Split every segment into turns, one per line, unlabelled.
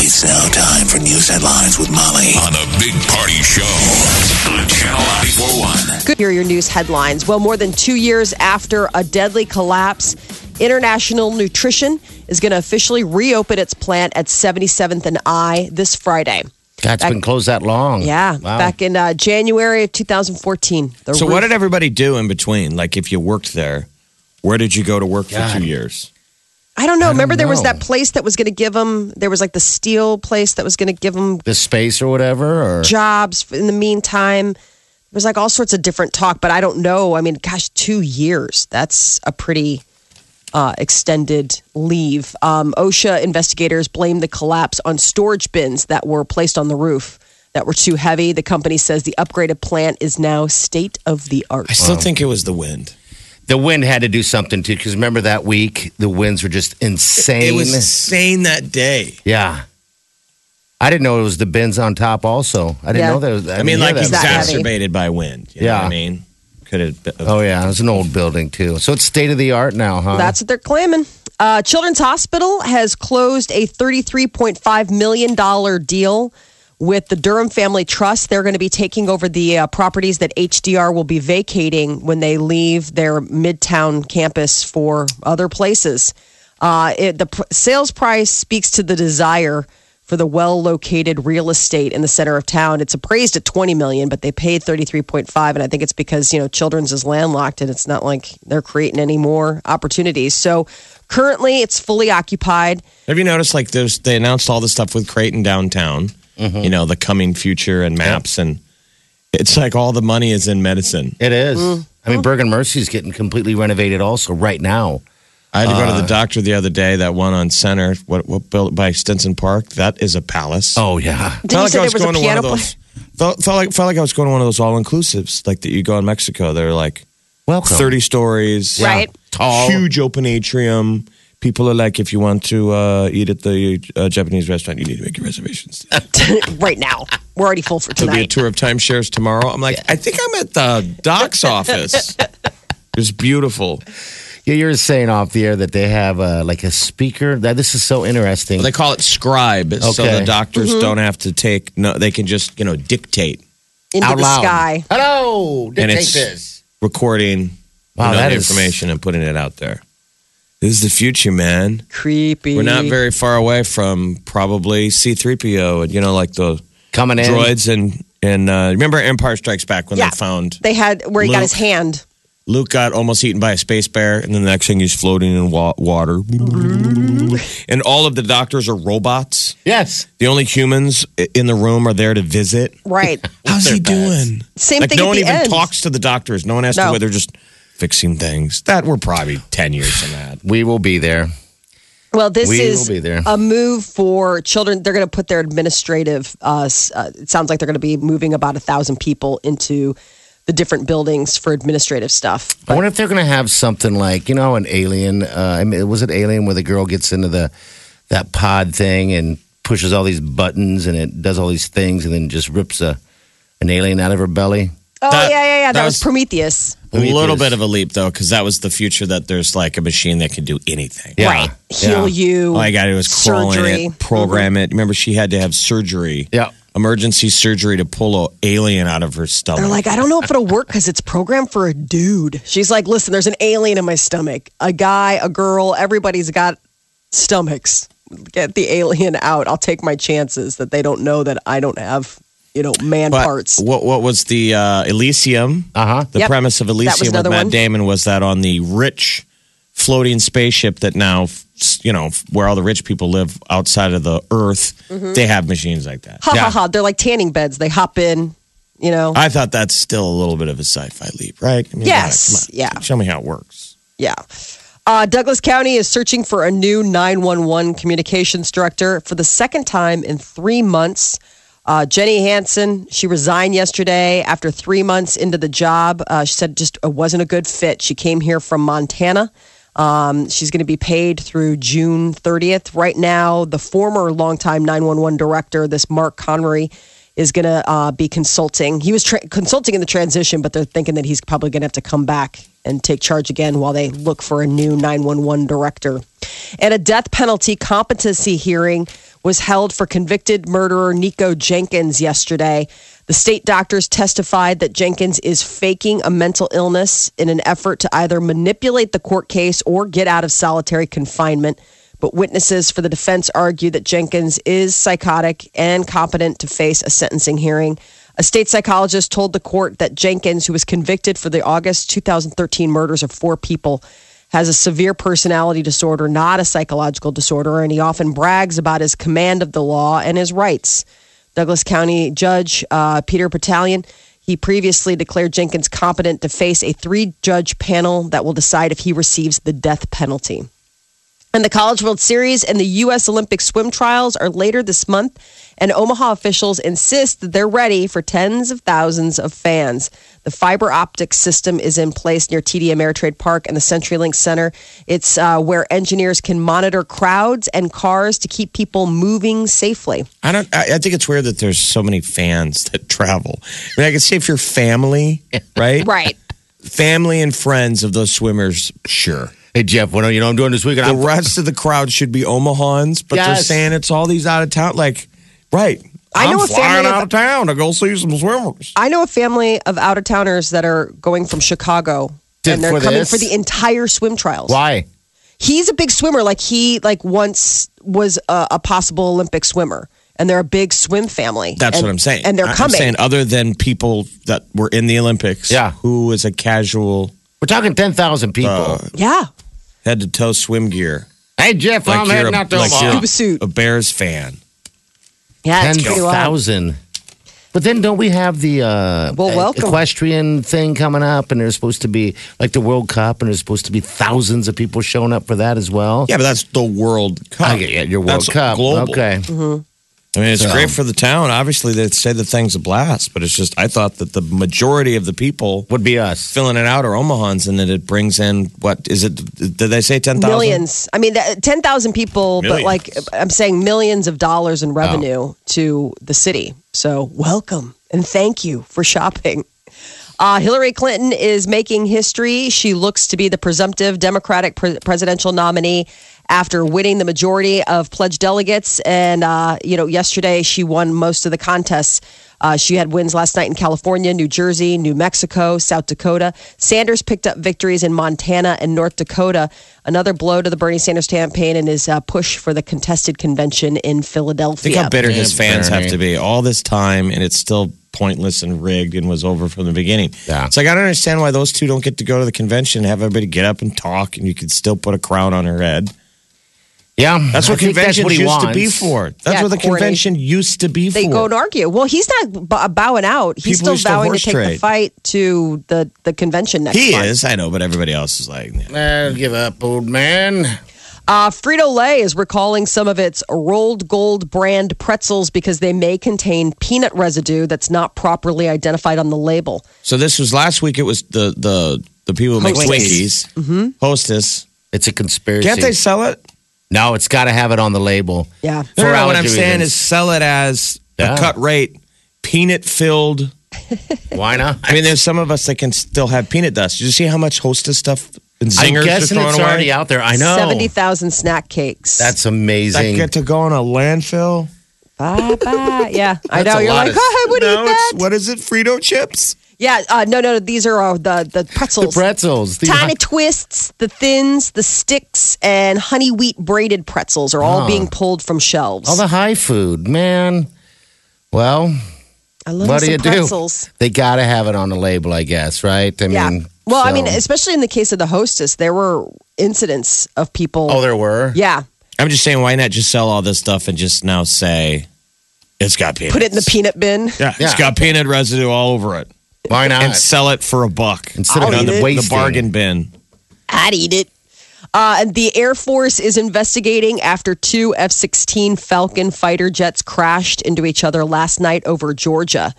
It's now time for news headlines with Molly on the Big Party Show on Channel 941.
Good. Here are your news headlines. Well, more than two years after a deadly collapse, International Nutrition is going to officially reopen its plant at 77th and I this Friday.
God, has been closed that long.
Yeah,
Wow.
back in uh, January of 2014. The
So what
roof-
did everybody do in between? Like if you worked there, where did you go to work for two years?
I don't know. Remember, there was
know.
that place that was going to give them. There was like the steel place that was going to give them
the space or whatever, or
jobs. In the meantime, there was like all sorts of different talk, but I don't know. I mean, gosh, two years. That's a pretty uh, extended leave. Um, OSHA investigators blame the collapse on storage bins that were placed on the roof that were too heavy. The company says the upgraded plant is now state of the art.
I still think it was the wind.
the wind had to do something too. Because remember that week, the winds were just insane.
It was insane that day.
yeah. I didn't know it was the bins on top. Also, I didn't
Yeah.
know there was.
I mean,
yeah,
like
that was-
that heavy.
exacerbated by wind. You know
Yeah.
what I mean, could have. Been,
Oh yeah, it was an old building too. So it's state of the art now, huh?
That's what they're claiming. Uh, Children's Hospital has closed a $33.5 million deal with the Durham Family Trust. They're going to be taking over the uh, properties that HDR will be vacating when they leave their Midtown campus for other places. Uh, it, the pr- sales price speaks to the desire for the well-located real estate in the center of town. It's appraised at 20 million, but they paid 33.5 and I think it's because, you know, Children's is landlocked and it's not like they're creating any more opportunities. So currently it's fully occupied.
have you noticed? Like, there's they announced all this stuff with Creighton downtown.
Mm-hmm.
You know, the coming future and maps, and it's like all the money is in medicine.
it is. I mean, Bergen Mercy's getting completely renovated also right now.
I had to go to the
Uh.
doctor the other day. That one on Center, what what built by Stinson Park, that is a palace.
Oh yeah,
Did you say there was a piano player?
Felt, felt like felt like I was going to one of those all inclusives, like that you go in Mexico. They're like
welcome.
thirty stories,
Right.
Tall.
huge open atrium. People are like, if you want to uh, eat at the uh, Japanese restaurant, you need to make your reservations.
right now. We're already full for
There'll be a
tonight.
tour of timeshares tomorrow. I'm like, I think I'm at the doc's office. It's beautiful.
Yeah, you were saying off the air that they have uh, like a speaker. That this is so interesting.
They call it scribe, so
Okay.
the doctors
Mm-hmm.
don't have to take. No, they can just you know dictate
Into
out
the
loud.
sky.
Hello,
And
dictate
it's-
this.
recording
Wow,
you know,
that
the
is-
information and putting it out there. This is the future, man.
Creepy.
We're not very far away from probably C3PO and you know like the
coming in.
droids and and uh, remember Empire Strikes Back when
Yeah.
they found
They had where he got his
Luke.
hand.
Luke got almost eaten by a space bear and then the next thing he's floating in wa- water and all of the doctors are robots.
Yes.
The only humans i- in the room are there to visit.
Right.
How's he doing?
Same
like
thing
no
at
one
the
even
end.
talks to the doctors. No one asks
No.
to whether just fixing things that were probably ten years from that.
We will be there.
Well, this
We
is
will be there.
a move for children. They're going to put their administrative. Uh, s- uh, it sounds like they're going to be moving about a thousand people into the different buildings for administrative stuff.
I wonder if they're going to have something like you know an alien. Uh, I mean, was it Alien where the girl gets into the that pod thing and pushes all these buttons and it does all these things and then just rips a an alien out of her belly?
Oh
That-
yeah, yeah, yeah. That,
that
was,
was-
Prometheus.
A
Prometheus.
little bit of a leap though, because that was the future that there's like a machine that can do anything.
Yeah.
Right. Heal
Yeah.
you.
All I got to do is crawl
Surgery. Mm-hmm.
in it, program it. Remember, she had to have surgery.
Yeah.
Emergency surgery to pull a alien out of her stomach.
They're like, I don't know if it'll work because it's programmed for a dude. She's like, listen, there's an alien in my stomach. A guy, a girl, everybody's got stomachs. Get the alien out. I'll take my chances that they don't know that I don't have, you know, man
But
parts.
What what was the uh, Elysium?
Uh huh.
The
Yep.
premise of
was
Elysium with
another
Matt
one.
Damon was that on the rich floating spaceship that now f- you know f- where all the rich people live outside of the Earth. They have machines like that.
Mm-hmm. ha ha
Yeah.
ha. They're like tanning beds. They hop in, you know.
I thought that's still a little bit of a sci-fi leap, right? I mean,
Yes,
come on.
yeah.
Show me how it works.
yeah. Uh, Douglas County is searching for a new 911 communications director for the second time in three months. Uh, Jenny Hansen, she resigned yesterday after three months into the job. Uh, she said just it wasn't a good fit. She came here from Montana. Um, she's going to be paid through June 30th. Right now, the former longtime 911 director, this Mark Connery, is going to uh, be consulting. He was tra- consulting in the transition, but they're thinking that he's probably going to have to come back and take charge again while they look for a new 911 director. And a death penalty competency hearing was held for convicted murderer Nico Jenkins yesterday. The state doctors testified that Jenkins is faking a mental illness in an effort to either manipulate the court case or get out of solitary confinement. But witnesses for the defense argue that Jenkins is psychotic and competent to face a sentencing hearing. A state psychologist told the court that Jenkins, who was convicted for the August 2013 murders of four people, has a severe personality disorder, not a psychological disorder, and he often brags about his command of the law and his rights. Douglas County Judge uh, Peter Battalion. He previously declared Jenkins competent to face a three judge panel that will decide if he receives the death penalty. And the College World Series and the U.S. Olympic swim trials are later this month, and Omaha officials insist that they're ready for tens of thousands of fans. The fiber optic system is in place near TD Ameritrade Park and the CenturyLink Center. It's uh, where engineers can monitor crowds and cars to keep people moving safely.
I don't. I, I think it's weird that there's so many fans that travel. I mean, I could say if you're family, right?
Right.
Family and friends of those swimmers, sure.
Hey Jeff, what do you know I'm doing this weekend?
The
I'm-
rest of the crowd should be Omahans, but they're
Yes.
saying it's all these out of town. Like, right?
I
I'm
know a
flying
family
out
of-
of town to go see some swimmers.
I know a family of out of towners that are going from Chicago.
To-
and they're
for
coming
this?
for the entire swim trials.
Why?
he's a big swimmer. Like he like once was a, a possible Olympic swimmer, and they're a big swim family.
That's
And-
what I'm saying.
and they're
I-
coming.
I'm saying other than people that were in the Olympics,
Yeah.
who is a casual
We're talking ten thousand people.
Uh,
yeah,
head to toe swim gear,
hey Jeff,
like
I'm
you're
heading
a-
out to
like
Omaha.
you're
Scuba suit.
a Bears fan.
yeah,
Ten
it's pretty wild.
thousand. But then don't we have the uh,
Well, welcome.
equestrian thing coming up, and there's supposed to be like the World Cup, and there's supposed to be thousands of people showing up for that as well.
Yeah, but that's the World Cup.
I get it, your World
That's
Cup.
global.
Okay,
I mean, it's great for the town. Obviously, they say the thing's a blast, but it's just I thought that the majority of the people
would be us.
filling it out are Omahans, and that it brings in what is it? Did they say ten thousand?
Millions. I mean, that- ten thousand people, but
Millions.
like I'm saying, millions of dollars in revenue to the city. So welcome and thank you for shopping. Uh, Hillary Clinton is making history. She looks to be the presumptive Democratic pre- presidential nominee after winning the majority of pledged delegates. And, uh, you know, yesterday she won most of the contests. Uh, she had wins last night in California, New Jersey, New Mexico, South Dakota. Sanders picked up victories in Montana and North Dakota. Another blow to the Bernie Sanders campaign and his uh, push for the contested convention in Philadelphia.
Think how bitter his
Damn,
fans
Bernie.
have to be all this time, and it's still pointless and rigged and was over from the beginning.
Yeah.
It's like I don't understand why those two don't get to go to the convention, and have everybody get up and talk, and you could still put a crown on her head.
Yeah,
That's
I
what
think
conventions
what he
used to
wants.
be for. That's
Yeah,
what the
corny.
convention used to be
they
for.
go and argue. Well, he's not b- bowing out. He's
People
still
used to
vowing to
horse
take the
trade.
fight to the, the convention next
he
month.
is, I know, but everybody else is like, "Nah."
Eh, give up, old man.
Uh, Frito Lay is recalling some of its rolled gold brand pretzels because they may contain peanut residue that's not properly identified on the label.
so this was last week. It was the the the people who make
Hostess.
Twinkies, Hostess.
It's a conspiracy.
Can't they sell it?
no, it's got to have it on the label.
Yeah.
No, no, no, what I'm
allergy
saying is
reasons.
sell it as
Yeah.
a cut rate, peanut filled.
Why not?
I mean, there's some of us that can still have peanut dust. Did you see how much Hostess stuff and
I
zingers are
guess it's
throwing away?
already out there. I know.
70,000 snack cakes.
That's
that
amazing.
get to go in a landfill?
bye bye. Yeah. I
That's
know.
a
You're
lot
like,
of-
oh, I would
No,
eat that.
it's- what is it? Frito chips?
Yeah. Uh, no, no, no. These are uh, the, the
the
pretzels.
pretzels. The-
Tiny twists, the thins, the sticks, and honey wheat braided pretzels are all being pulled from shelves.
All the high food, man. Well,
I love
what
me
do you
some pretzels.
do? They got to have it on the label, I guess, right? I
Yeah.
mean,
well, I
so-
mean, especially in the case of the hostess, there were incidents of people.
oh, there were.
yeah,
I'm just saying, why not just sell all this stuff and just now say it's got peanut?
put it in the peanut bin.
Yeah, it's
Yeah.
got peanut residue all over it,
Why not?
and sell it for a buck
Instead of
You know,
wasting.
the, the bargain bin.
I'd eat it. Uh, the Air Force is investigating after two F 16 Falcon fighter jets crashed into each other last night over Georgia.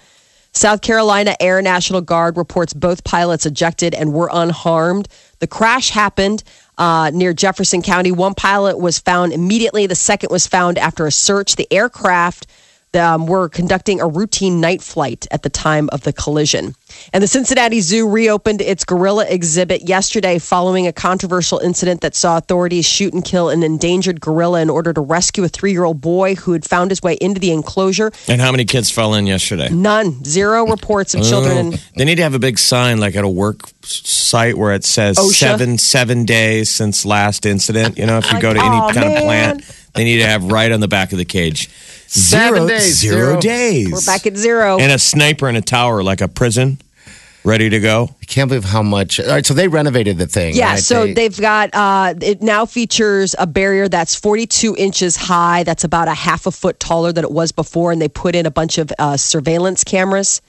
South Carolina Air National Guard reports both pilots ejected and were unharmed. The crash happened uh, near Jefferson County. One pilot was found immediately, the second was found after a search. The aircraft um, were conducting a routine night flight at the time of the collision. And the Cincinnati Zoo reopened its gorilla exhibit yesterday following a controversial incident that saw authorities shoot and kill an endangered gorilla in order to rescue a three year old boy who had found his way into the enclosure.
And how many kids fell in yesterday?
None, zero reports of children.
They need to have a big sign like at a work s- site where it says
OSHA?
seven seven days since last incident. You know, if you go to any
"Aw,
kind of
man."
plant, they need to have right on the back of the cage
Seven days, zero.
zero days.
We're back at zero.
and a sniper in a tower like a prison, ready to go.
I can't believe how much. All right, so they renovated the thing.
Yeah,
right?
so
They-
they, have got uh, it now features a barrier that's 42 inches high. That's about a half a foot taller than it was before, and they put in a bunch of uh, surveillance cameras.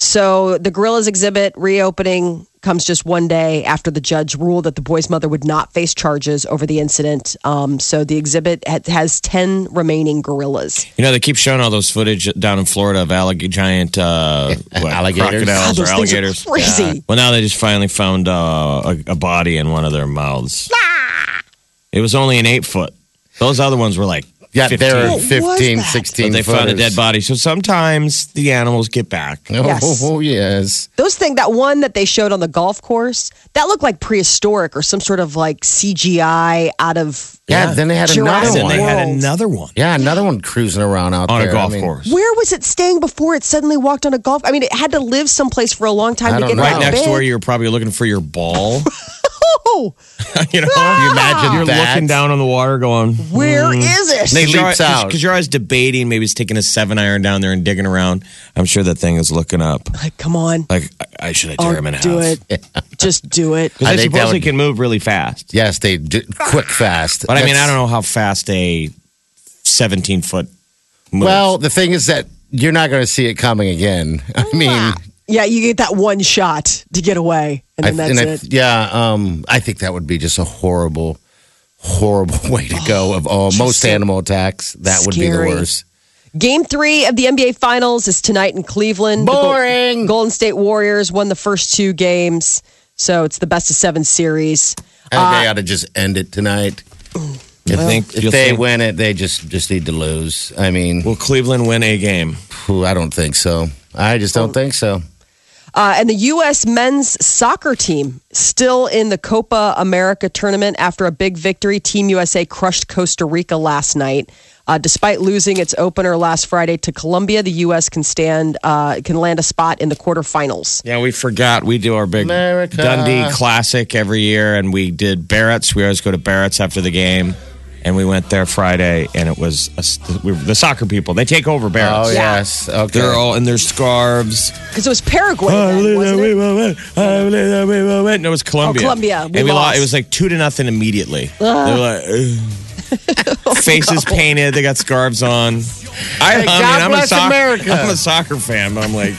So the gorillas exhibit reopening comes just one day after the judge ruled that the boy's mother would not face charges over the incident. Um, so the exhibit ha- has 10 remaining gorillas.
You know, they keep showing all those footage down in Florida of allig- giant uh, what,
Alligators.
crocodiles
God,
or
those things are
alligators.
crazy.
Well, now they just finally found uh, a, a body in one of their mouths. It was only an eight foot. Those other ones were like
yeah,
15.
they're
What was
15,
that?
16
But they found a
footers.
dead body. So sometimes the animals get back.
Oh,
Yes.
oh, yes.
Those thing that one that they showed on the golf course that looked like prehistoric or some sort of like CGI out of
Yeah, then they had
And
another
Jurassic
then they
one.
had
World.
another one
Yeah, another one cruising around out
on
there.
a
I
golf
mean,
course.
Where was it staying before it suddenly walked on a golf? I mean, it had to live someplace for a long time to
I don't
get
know.
that
Right next
big.
to where you're probably looking for your ball.
Oh,
you know, you
imagine
you're
that?
looking down on the water going,
where
Mm.
is it?
They leaps out.
Because you're always debating. Maybe it's taking a seven iron down there and digging around. I'm sure that thing is looking up.
like, come on,
Like, I, I should I tear him in
oh,
half?
do it. Just do it.
Because
I
I,
think that
suppose they
would-
can move really fast.
Yes, they do, quick fast.
But I mean, I
That's-
don't know how fast a 17 foot moves.
Well, the thing is that you're not going to see it coming again. I mean,
Yeah, you get that one shot to get away, and
I,
then that's
and I,
it.
yeah, um, I think that would be just a horrible, horrible way to go of all most animal attacks. That would be the
Scary.
worst.
Game three of the NBA Finals is tonight in Cleveland. The Gol-
Boring.
Golden State Warriors won the first two games, so it's the best of seven series.
I think they ought to just end it tonight.
you think,
If
you'll
they
think-
win it, they just just need to lose. I mean,
Will Cleveland win a game?
phew, I don't think so. I just don't think so.
Uh, and the U.S. men's soccer team still in the Copa America tournament after a big victory. Team USA crushed Costa Rica last night. Uh, despite losing its opener last Friday to Colombia, the U.S. can stand uh, can land a spot in the quarterfinals.
Yeah, we forgot. We do our big
America.
Dundee Classic every year, and we did Barrett's. We always go to Barrett's after the game, and we went there Friday, and it was a s we, the soccer people. They take over Barrett's.
Oh yes, okay.
They're all in their scarves.
Because it was Paraguay,
I
then,
believe that
wasn't
we
it?
will win. I believe that we will win. No, it was
Oh,
Colombia.
Colombia. We
and we
lost.
lost. It was like two to nothing immediately. they were
Oh,
like, "Ugh." faces painted. They got scarves on. I, I mean,
God
I'm a
bless
soc-
America.
I'm a soccer fan, but I'm like,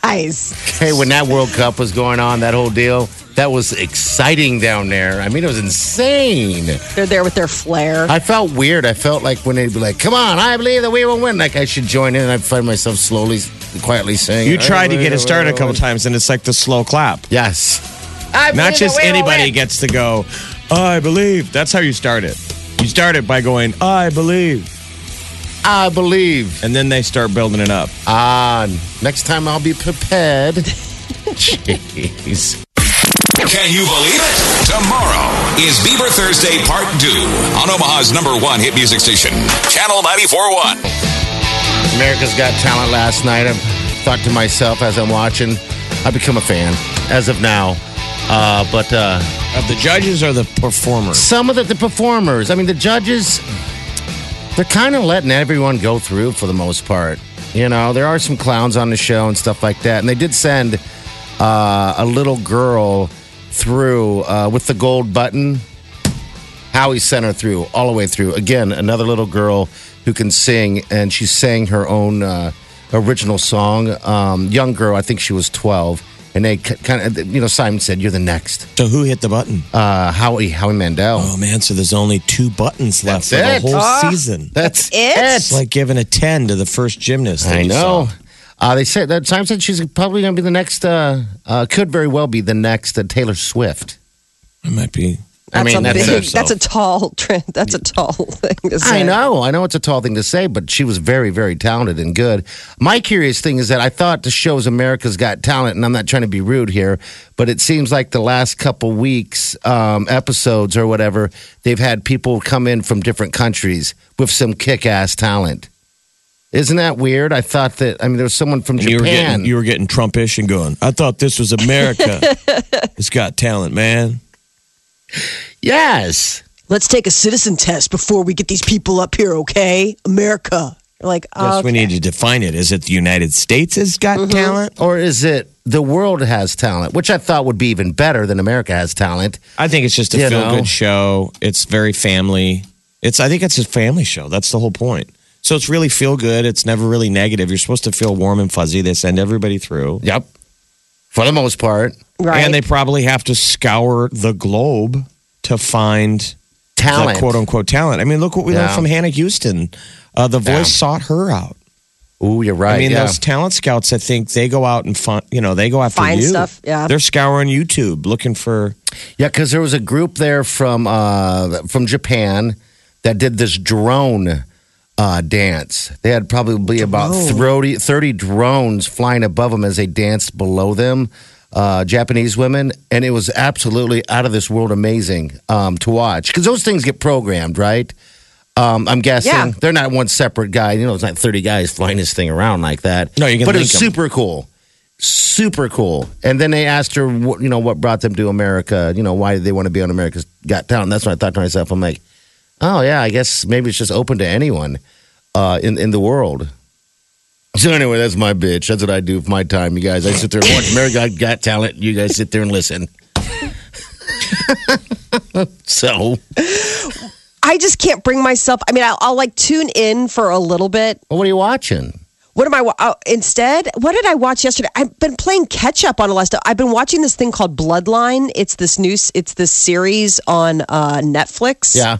Guys,
Hey, when that World Cup was going on, that whole deal, that was exciting down there. I mean, it was insane.
they're there with their flair.
I felt weird. I felt like when they'd be like, "Come on, I believe that we will win," like I should join in, and I'd find myself slowly, quietly saying,
you tried to get it started a couple times, and it's like the slow clap.
Yes,
Not just anybody gets to go, I believe. That's how you start it. You start it by going, I believe.
I believe.
And then they start building it up.
Ah, next time I'll be prepared. Jeez.
Can you believe it? Tomorrow is Bieber Thursday Part 2 on Omaha's number one hit music station, Channel 941.
America's Got Talent last night. I thought to myself as I'm watching, I've become a fan as of now. Uh, but uh,
Of the judges or the performers?
some of the, the performers, I mean, the judges, they're kind of letting everyone go through for the most part. You know, there are some clowns on the show and stuff like that. And they did send uh, a little girl through uh, with the gold button. Howie sent her through all the way through. Again, another little girl who can sing, and she sang her own uh, original song. Um, young girl, I think she was 12. And they kind of, you know, Simon said, "You're the next."
So who hit the button?
Uh, Howie Howie Mandel.
oh man, so there's only two buttons
That's
left for the
it.
whole
Ah.
season.
That's
That's
It's like giving a ten to the first gymnast. that
I
you
know.
saw.
Uh, they said that Simon said she's probably going to be the next. Uh, uh, could very well be the next uh, Taylor Swift.
I might be.
I mean,
a
that's
big,
it.
that's a tall trend. That's a tall thing to say.
I know, I know it's a tall thing to say, but she was very, very talented and good. My curious thing is that I thought the show was America's Got Talent, and I'm not trying to be rude here, but it seems like the last couple weeks, um, episodes or whatever, they've had people come in from different countries with some kick ass talent. Isn't that weird? I thought that, I mean, there was someone from
And you were
Japan.
getting you were getting Trumpish and going. I thought this was America. it's got talent, man.
yes.
Let's take a citizen test before we get these people up here, okay? America. You're like,
Yes,
uh,
we need to define it. Is it the United States has got talent?
Or is it the world has talent, which I thought would be even better than America has talent?
I think it's just a
You
feel
know.
good show. It's very family. It's I think it's a family show. That's the whole point. So it's really feel good. It's never really negative. You're supposed to feel warm and fuzzy. They send everybody through.
Yep. For the most part.
uh, right?
And they probably have to scour the globe to find
Talent.
the quote unquote talent. I mean, look what we learned
Yeah.
from Hannah Houston. Uh, the voice
Yeah.
sought her out.
Ooh, you're right.
I mean,
yeah.
those talent scouts, I think they go out and find, you know, they go after
Find
you.
stuff, yeah.
They're scouring YouTube looking for,
Yeah, because there was a group there from uh, from Japan that did this drone uh, dance. They had probably about 30, 30 drones flying above them as they danced below them, uh, Japanese women. And it was absolutely out of this world amazing um, to watch because those things get programmed, right? Um, I'm guessing
Yeah.
they're not one separate guy. You know, it's not 30 guys flying this thing around like that.
No, you can
But it
link
was
'em.
super cool super cool. And then they asked her, what, you know, what brought them to America? You know, why did they want to be on America's Got Talent? That's when I thought to myself, I'm like, oh yeah, I guess maybe it's just open to anyone uh, in in the world. So anyway, that's my bitch. That's what I do with my time, you guys. I sit there and watch America Got Talent. You guys sit there and listen. so
I just can't bring myself. I mean, I'll, I'll like tune in for a little bit.
well, what are you watching?
What am I? wa- Uh, instead, what did I watch yesterday? I've been playing catch up on a lot of stuff. I've been watching this thing called Bloodline. It's this new. s- It's this series on uh, Netflix.
Yeah.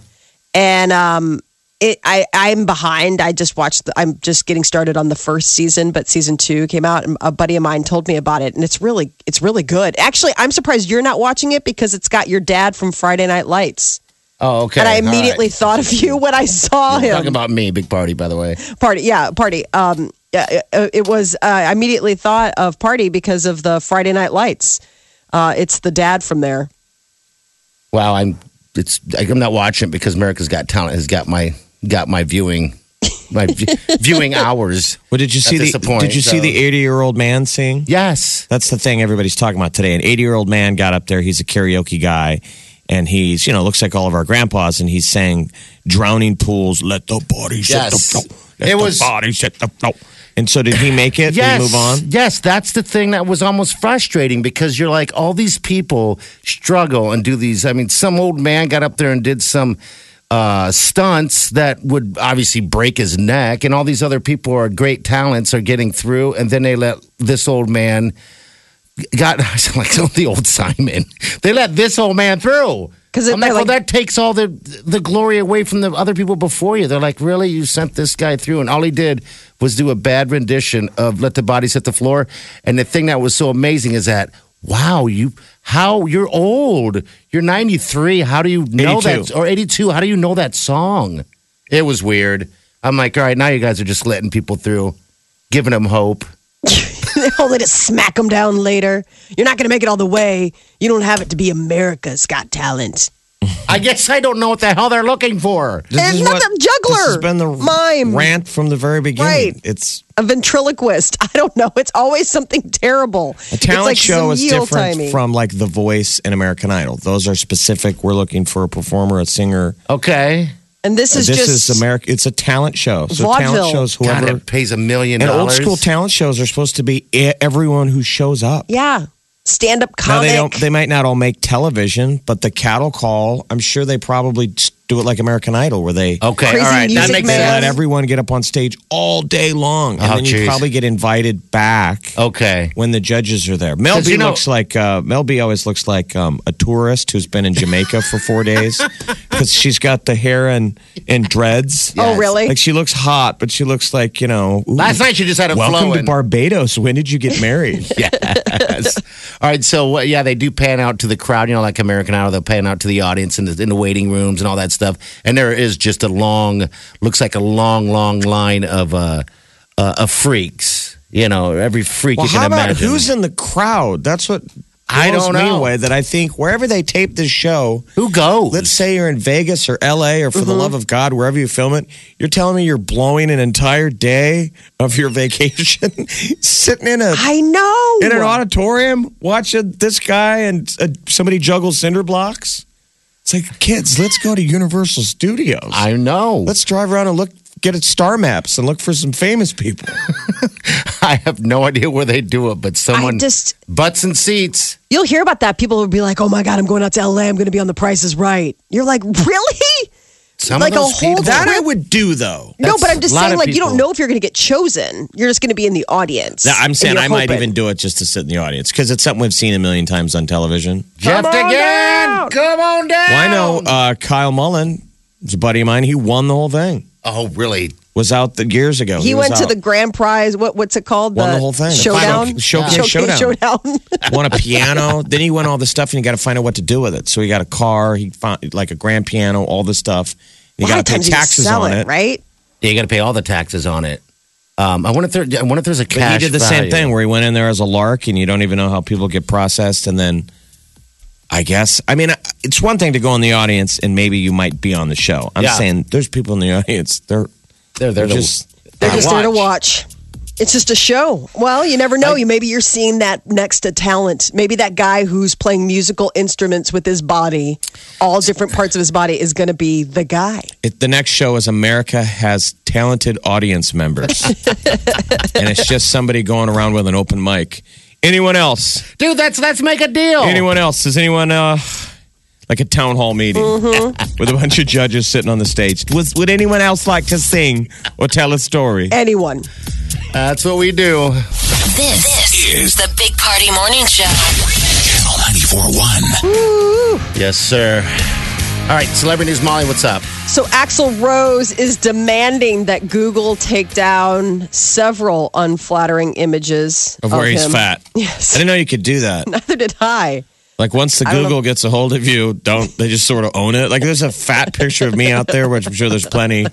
and um it i i'm behind i just watched the, i'm just getting started on the first season but season two came out and a buddy of mine told me about it and it's really it's really good actually i'm surprised you're not watching it because it's got your dad from friday night lights
Oh, okay.
and i
All right.
immediately thought of you when i saw him
talking about me, big party, by the way.
party yeah party um yeah, it, it was uh, i immediately thought of party because of the friday night lights uh it's the dad from there
Wow, I'm it's I'm not watching it because America's Got Talent has got my got my viewing my vi- viewing hours.
well, did you see
That's
the,
disappointing,
did you see
so-
the 80 year old man sing?
Yes.
That's the thing everybody's talking about today. An 80 year old man got up there. He's a karaoke guy. And he's, you know, looks like all of our grandpas. And he's saying, drowning pools, let the body set
Yes.
the flow. Let
It
the
was-
body set the flow. And so did he make it
Yes.
and move on?
Yes, that's the thing that was almost frustrating because you're like all these people struggle and do these I mean some old man got up there and did some uh, stunts that would obviously break his neck and all these other people are great talents are getting through and then they let this old man got I sound like the old Simon. They let this old man through.
'Cause it-
I'm like,
they're
well,
like-
that takes all the the glory away from the other people before you. They're like, really, you sent this guy through, and all he did was do a bad rendition of "Let the Bodies Hit the Floor." And the thing that was so amazing is that, wow, you how you're old. You're 93. How do you know
82.
that? Or 82. How do you know that song? It was weird. I'm like, all right, now you guys are just letting people through, giving them hope.
only to smack them down later. You're not going to make it all the way. You don't have it to be America's Got Talent.
I guess I don't know what the hell they're looking for.
This
It's not the juggler,
This has been the
mime.
rant from the very beginning.
Right.
It's
A ventriloquist. I don't know. It's always something terrible.
a talent
it's like
show
some
is
heel
different
timing.
from like The Voice and American Idol. Those are specific. We're looking for a performer, a singer.
Okay.
and this is
this
just
is America. It's a talent show. So
Vaudeville.
talent shows
God,
whoever
it pays a million
and old
dollars.
school talent shows are supposed to be e- everyone who shows up.
yeah, stand up
Now
comic.
they don't. They might not all make television, but the cattle call. I'm sure they probably s- do it like American Idol, where they
Okay,
Crazy
all right, Oh, that
Music
makes
they
Man.
sense.
let everyone get up on stage all day long, and
Oh,
then you
geez.
probably get invited back
Okay,
when the judges are there. Mel
'Cause
B
you know-
looks like uh, Mel B always looks like um, a tourist who's been in Jamaica for four days because she's got the hair and and dreads.
Oh, really?
Like she looks hot, but she looks like you know. ooh,
last night you just had a
welcome to
flowing.
Barbados. When did you get married?
Yes. All right. So what- yeah, they do pan out to the crowd. You know, like American Idol, they'll pan out to the audience in the, in the waiting rooms and all that stuff. And there is just a long, looks like a long, long line of uh, uh of freaks. You know, every freak
Well,
you can
how about
imagine.
who's in the crowd? That's what
I
blows
don't
me
know.
away, that I think wherever they tape this show,
Who goes?
let's say you're in Vegas or LA or for the love of God, wherever you film it, you're telling me you're blowing an entire day of your vacation sitting in a
I know.
in an auditorium watching this guy and uh, somebody juggle cinder blocks. It's like, kids, let's go to Universal Studios.
I know.
let's drive around and look get at star maps and look for some famous people.
I have no idea where they do it, but someone
just-
butts and seats.
You'll hear about that. People will be like, "Oh my god, I'm going out to LA. I'm going to be on The Price Is Right." You're like, really?
Some
Like a
of those
whole
people-
That I
would do though.
no,
That's
but I'm just
a lot
saying,
of
like, you don't
people.
know if you're going to get chosen. You're just going to be in the audience.
No, I'm
and
saying
you're
I might
hoping.
even do it just to sit in the audience because it's something we've seen a million times on television.
Jeff again. Come on down.
Well, I know uh, Kyle Mullen, is a buddy of mine. He won the whole thing.
Oh, really?
Was out the years ago.
He,
was
went to
out.
the grand prize. What what's it called?
Won the whole thing. The
Showdown.
final showcase showdown.
showdown.
won a piano. then he won all the stuff, and you got to find out what to do with it. So he got a car. He found like a grand piano, all this stuff. You
a lot
got
of
to pay
times you just
taxes
sell
on
it,
it,
right?
Yeah, you got to pay all the taxes on it. Um, I wonder if there. I wonder if there's a
But
cash.
he did the
value.
same thing where he went in there as a lark, and you don't even know how people get processed. And then, I guess, I mean, it's one thing to go in the audience, and maybe you might be on the show. I'm
Yeah.
saying there's people in the audience. They're
They're,
they're
they're
just
They're just there to watch. It's just a show. Well, you never know. you maybe you're seeing that next to talent. Maybe that guy who's playing musical instruments with his body, all different parts of his body, is going to be the guy.
it, the next show is America has talented audience members, and it's just somebody going around with an open mic. Anyone else?
Dude, that's let's make a deal.
Anyone else? Does anyone uh like a town hall meeting
Mm-hmm.
with a bunch of judges sitting on the stage? Was, would anyone else like to sing or tell a story?
Anyone.
That's what we do.
This, is the Big Party Morning Show.
Channel 941.
Yes, sir. All right, celebrity news, Molly. What's up?
So Axl Rose is demanding that Google take down several unflattering images
Of where he's
him.
fat. I
Yes.
didn't know you could do that.
Neither did I.
Like once the
don't
Google gets a hold of you, don't they just sort of own it? Like there's a fat picture of me out there, which I'm sure there's plenty.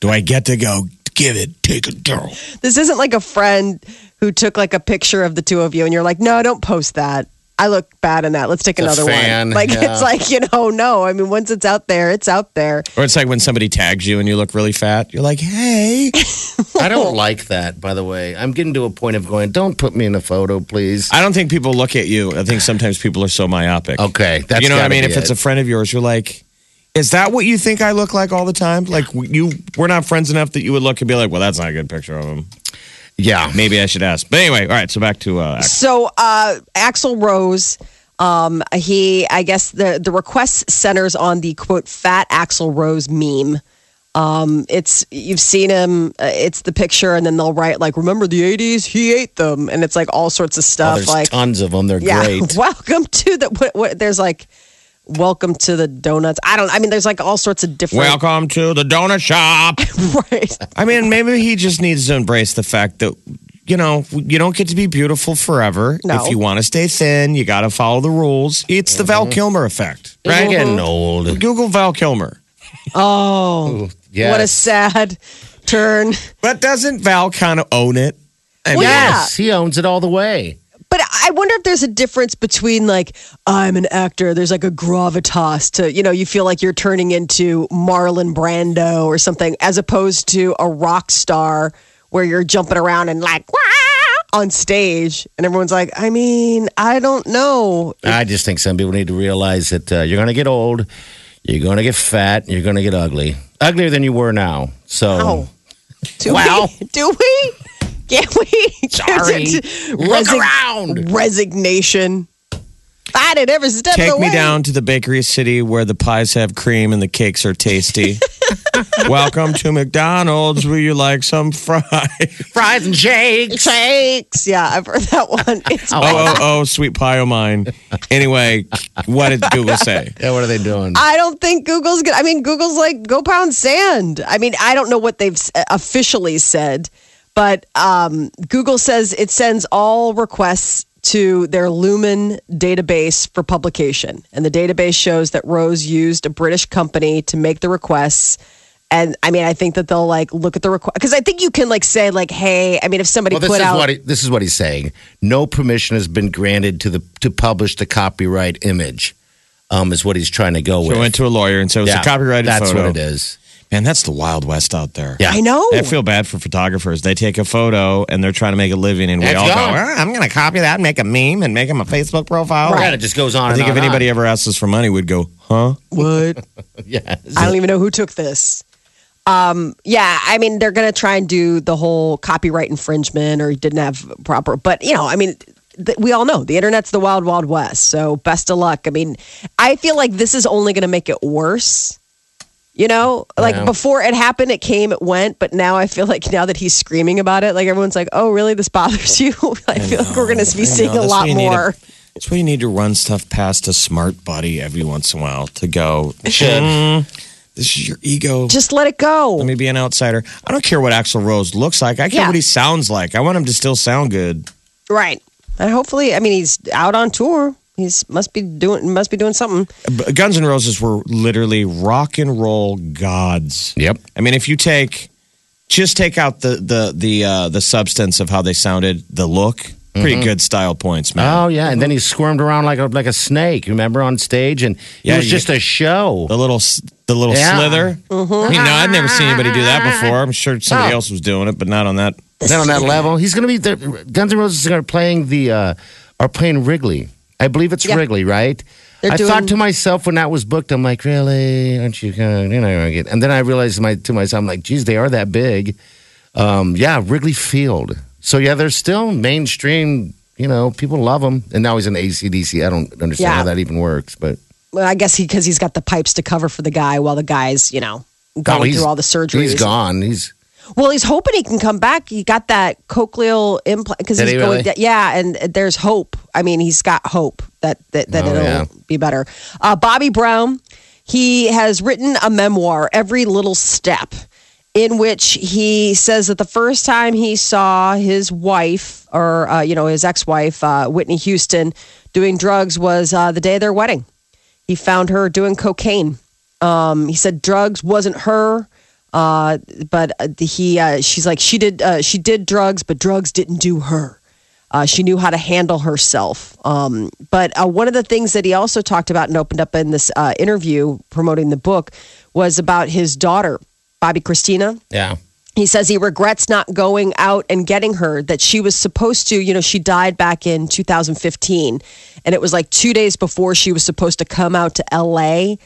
Do I get to go give it, take it down?
This isn't like a friend who took like a picture of the two of you and you're like, no, don't post that. I look bad in that. Let's take
It's a
another
fan,
one. Like
yeah.
it's like, you know, no. I mean, once it's out there, it's out there.
Or it's like when somebody tags you and you look really fat. You're like, hey.
I don't like that. By the way, I'm getting to a point of going. Don't put me in a photo, please.
I don't think people look at you. I think sometimes people are so myopic.
Okay, that's
you know what I
gotta
mean.
be
If it's
it.
a friend of yours, you're like, "Is that what you think I look like all the time? Like w- you, we're not friends enough that you would look and be like, well, that's not a good picture of him.
yeah,
Maybe I should ask.' But anyway, all right. So back to uh, act-
So uh Axel Rose, um, he I guess the the request centers on the quote fat Axel Rose meme. Um, it's you've seen him. Uh, it's the picture, and then they'll write like, "Remember the '80s? He ate them," and it's like all sorts of
Oh,
stuff.
there's
like,
tons of them. They're
yeah,
great.
welcome to the. What, what, there's like, welcome to the donuts. I don't. I mean, there's like all sorts of different.
welcome to the donut shop.
right.
I mean, maybe he just needs to embrace the fact that. You know, you don't get to be beautiful forever.
No.
If you want to stay thin, you got to follow the rules. It's the Val Kilmer effect,
Right,
right?
Mm-hmm.
Mm-hmm. getting old.
Google Val Kilmer.
Oh,
Yes.
what a sad turn.
But doesn't Val kind of own it? I
Well, yeah.
Yes, he owns it all the way.
But I wonder if there's a difference between like I'm an actor. There's like a gravitas to you know you feel like you're turning into Marlon Brando or something, as opposed to a rock star where you're jumping around and like "Wah!" on stage, and everyone's like, I mean, I don't know.
I just think some people need to realize that uh, you're going to get old, you're going to get fat, you're going to get ugly, uglier than you were now. So.
Wow. Do
Wow.
we? Do we? Can't we?
Sorry.
Resi-
Look around.
Resignation. excited every step of
Take
the
me
way.
down to the bakery city where the pies have cream and the cakes are tasty. Welcome to McDonald's. Will you like some fries?
Fries and shakes.
Shakes. Yeah, I've heard that one. It's
Oh, oh, oh, sweet pie of mine. Anyway, what did Google say?
Yeah, what are they doing?
I don't think Google's gonna. I mean, Google's like go pound sand. I mean, I don't know what they've s- uh, officially said, but um, Google says it sends all requests to their Lumen database for publication, and the database shows that Rose used a British company to make the requests. And I mean, I think that they'll like look at the request because I think you can like say like, "Hey," I mean, if somebody
well, this
put
is
out
what he, this is what he's saying. No permission has been granted to the to publish the copyright image. Um, is what he's trying to go with.
So I went to a lawyer and said it was
Yeah,
a copyrighted
That's
photo.
what it is.
Man, that's the wild west out there.
Yeah.
I know.
I feel bad for photographers. They take a photo and they're trying to make a living, and we
That's
all go,
gone.
"Ah, "I'm going to copy that and make a meme and make him a Facebook profile."
Right. It just goes on.
I think if
and on and
anybody
on.
ever asked us for money, we'd go, "Huh?"
What? I don't even know who took this. Um, yeah, I mean, they're going to try and do the whole copyright infringement or didn't have proper, but you know, I mean, th- we all know the internet's the wild, wild west. So best of luck. I mean, I feel like this is only going to make it worse. You know, like
Yeah.
before it happened, it came, it went, but now I feel like now that he's screaming about it, like everyone's like, "Oh, really? This bothers you?" I feel like we're going to be seeing
know,
a
that's
lot
why you need
more.
That's why you need to run stuff past a smart buddy every once in a while to go.
Should.
"Mm, this is your ego.
Just let it go.
Let me be an outsider. I don't care what Axl Rose looks like. I care
Yeah.
what he sounds like. I want him to still sound good.
Right. And hopefully, I mean, he's out on tour. He's must be doing must be doing something.
B- Guns N' Roses were literally rock and roll gods.
Yep.
I mean, if you take just take out the the the uh, the substance of how they sounded, the look, pretty good style points, man.
Mm-hmm. Oh yeah, and then he squirmed around like a like a snake. Remember on stage, and
Yeah,
it was
you-
just a show.
The little s- the little
Yeah.
slither. I mean, no, I've never seen anybody do that before. I'm sure somebody
Oh.
else was doing it, but not on that.
Not on that level. He's going to be the Guns N' Roses are playing the uh, are playing Wrigley. I believe it's
Yeah.
Wrigley, right?
They're
I thought
doing-
to myself when that was booked, I'm like, really? Aren't you going? You're not going to get. And then I realized my to myself, I'm like, geez, they are that big. Um, yeah, Wrigley Field. So yeah, they're still mainstream. You know, people love him. And now he's in ACDC. I don't understand
Yeah.
how that even works, but
Well, I guess he because he's got the pipes to cover for the guy while the guy's you know
Oh,
going
he's-
through all the surgeries.
He's gone. He's
Well, he's hoping he can come back. He got that cochleal implant because
Did
he's
he
going.
really?
Yeah, and there's hope. I mean, he's got hope that that, that
Oh,
it'll
yeah.
be better. Uh, Bobby Brown, he has written a memoir, Every Little Step, in which he says that the first time he saw his wife or uh, you know his ex-wife uh, Whitney Houston doing drugs was uh, the day of their wedding. He found her doing cocaine. Um, he said drugs wasn't her, uh, but uh, he uh, she's like she did uh, she did drugs, but drugs didn't do her. Uh, she knew how to handle herself. Um, but uh, one of the things that he also talked about and opened up in this uh, interview promoting the book was about his daughter, Bobby Christina.
yeah.
He says he regrets not going out and getting her, that she was supposed to, you know, she died back in 2015. And it was like two days before she was supposed to come out to LA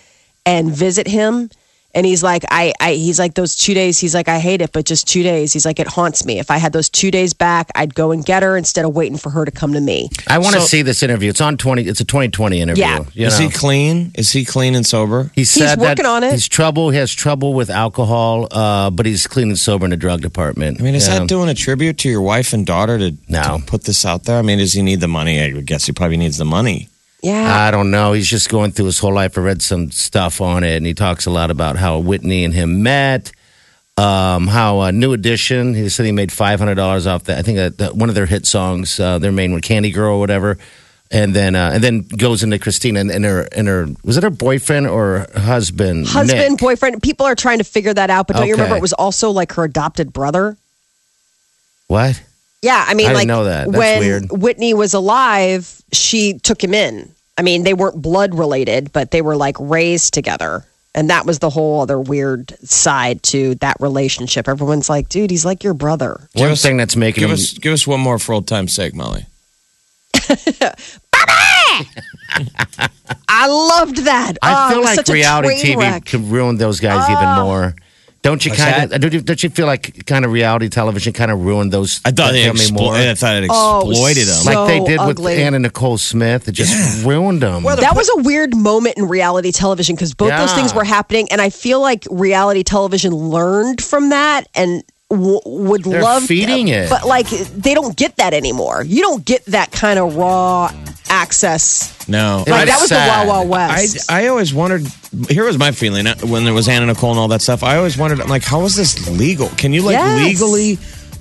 and visit him. And he's like, I, I, he's like, those two days, he's like, I hate it, but just two days. He's like, it haunts me. If I had those two days back, I'd go and get her instead of waiting for her to come to me.
I want to
So-
see this interview. It's on twenty. It's a twenty twenty interview.
Yeah.
you
Is
know.
he clean? Is he clean and sober?
He said that
working on it.
He's trouble. He has trouble with alcohol, uh, but he's clean and sober in the drug department. Um,
I mean, is
Yeah.
that doing a tribute to your wife and daughter to,
No.
to put this out there? I mean, does he need the money? I guess he probably needs the money.
Yeah.
I don't know. He's just going through his whole life. I read some stuff on it, and he talks a lot about how Whitney and him met. Um, how uh, New Edition. He said he made five hundred dollars off that. I think uh, that one of their hit songs, uh, their main one, Candy Girl or whatever. And then uh, and then goes into Christina and, and her and her was it her boyfriend or husband?
Husband,
Nick?
boyfriend, people are trying to figure that out. But don't you
Okay.
remember it was also like her adopted brother?
What?
Yeah, I mean,
I
like
didn't know that. That's
when
weird.
Whitney was alive, she took him in. I mean, they weren't blood related, but they were like raised together, and that was the whole other weird side to that relationship. Everyone's like, "Dude, he's like your brother."
One
us-
thing that's making
Give
him-
us give us one more for old time's sake, Molly.
I loved that.
I
Oh, it
feel
was
like
such a
reality
train
TV
wreck. Oh.
could ruin those guys even more. Don't you
What's
kind
that?
of don't you, don't you feel like kind of reality television kind of ruined those?
I thought
that
it,
family
explo-
more?
I thought it
Oh,
exploited them.
so-
like they did
ugly.
with Anna Nicole Smith. It just ruined them.
That was a weird moment in reality television because both those
Yeah.
things were happening, and I feel like reality television learned from that and w- would
They're
love
feeding it.
but like they don't get that anymore. You don't get that kind of raw access.
no,
It
Like
was
that was
sad.
the Wild Wild
I,
West.
I always wondered. Here was my feeling uh, when there was Anna Nicole and all that stuff. I always wondered, I'm like, how is this legal? Can you like
Yes.
legally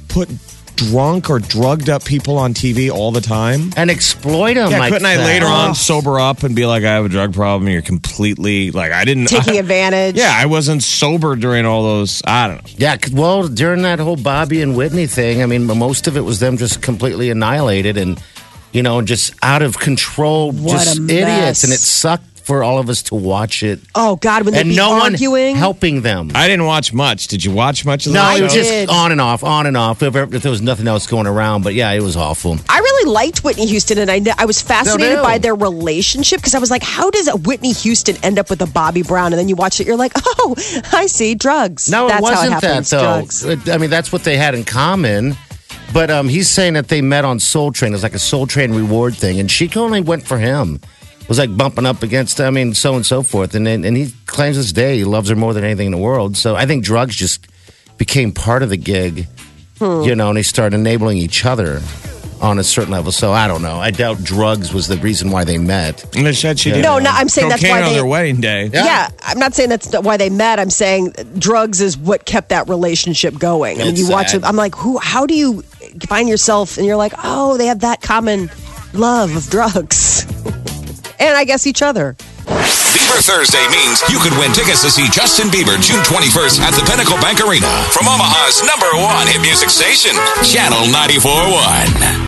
put drunk or drugged up people on TV all the time?
and exploit them.
Yeah,
like
couldn't
that.
I later on sober up and be like, I have a drug problem? You're completely like, I didn't
Taking advantage.
Yeah, I wasn't sober during all those. I don't know.
Yeah, 'cause- well, during that whole Bobby and Whitney thing, I mean, most of it was them just completely annihilated and, you know, just out of control,
What
just
a
idiots.
mess.
And it sucked for all of us to watch it.
Oh God, when they
and
be
no
arguing.
one helping them.
I didn't watch much. Did you watch much of the
no,
show?
it was just
did.
on and off, on and off. If, if there was nothing else going around, but yeah, it was awful.
I really liked Whitney Houston, and I kn- I was fascinated
do.
by their relationship because I was like, how does a Whitney Houston end up with a Bobby Brown? And then you watch it, you're like, oh, I see drugs.
No,
That's
it wasn't
how it happens.
that though.
Drugs.
It- I mean, that's what they had in common. But um, he's saying that they met on Soul Train. It was like a Soul Train reward thing, and she only went for him. Was like bumping up against, I mean, so and so forth. And then- and he claims this day he loves her more than anything in the world. So I think drugs just became part of the gig, you know. And they started enabling each other on a certain level. So I don't know. I doubt drugs was the reason why they met.
And they said she did.
No, no, I'm saying that's
cocaine
why
on
they-
their wedding day.
Yeah. I'm not saying that's why they met. I'm saying drugs is what kept that relationship going. I mean,
It's
you watch
sad.
it. I'm like, who? How do you find yourself? And you're like, oh, they have that common love of drugs, and I guess each other.
Bieber Thursday means you could win tickets to see Justin Bieber June 21st at the Pinnacle Bank Arena from Omaha's number one hit music station, Channel 941.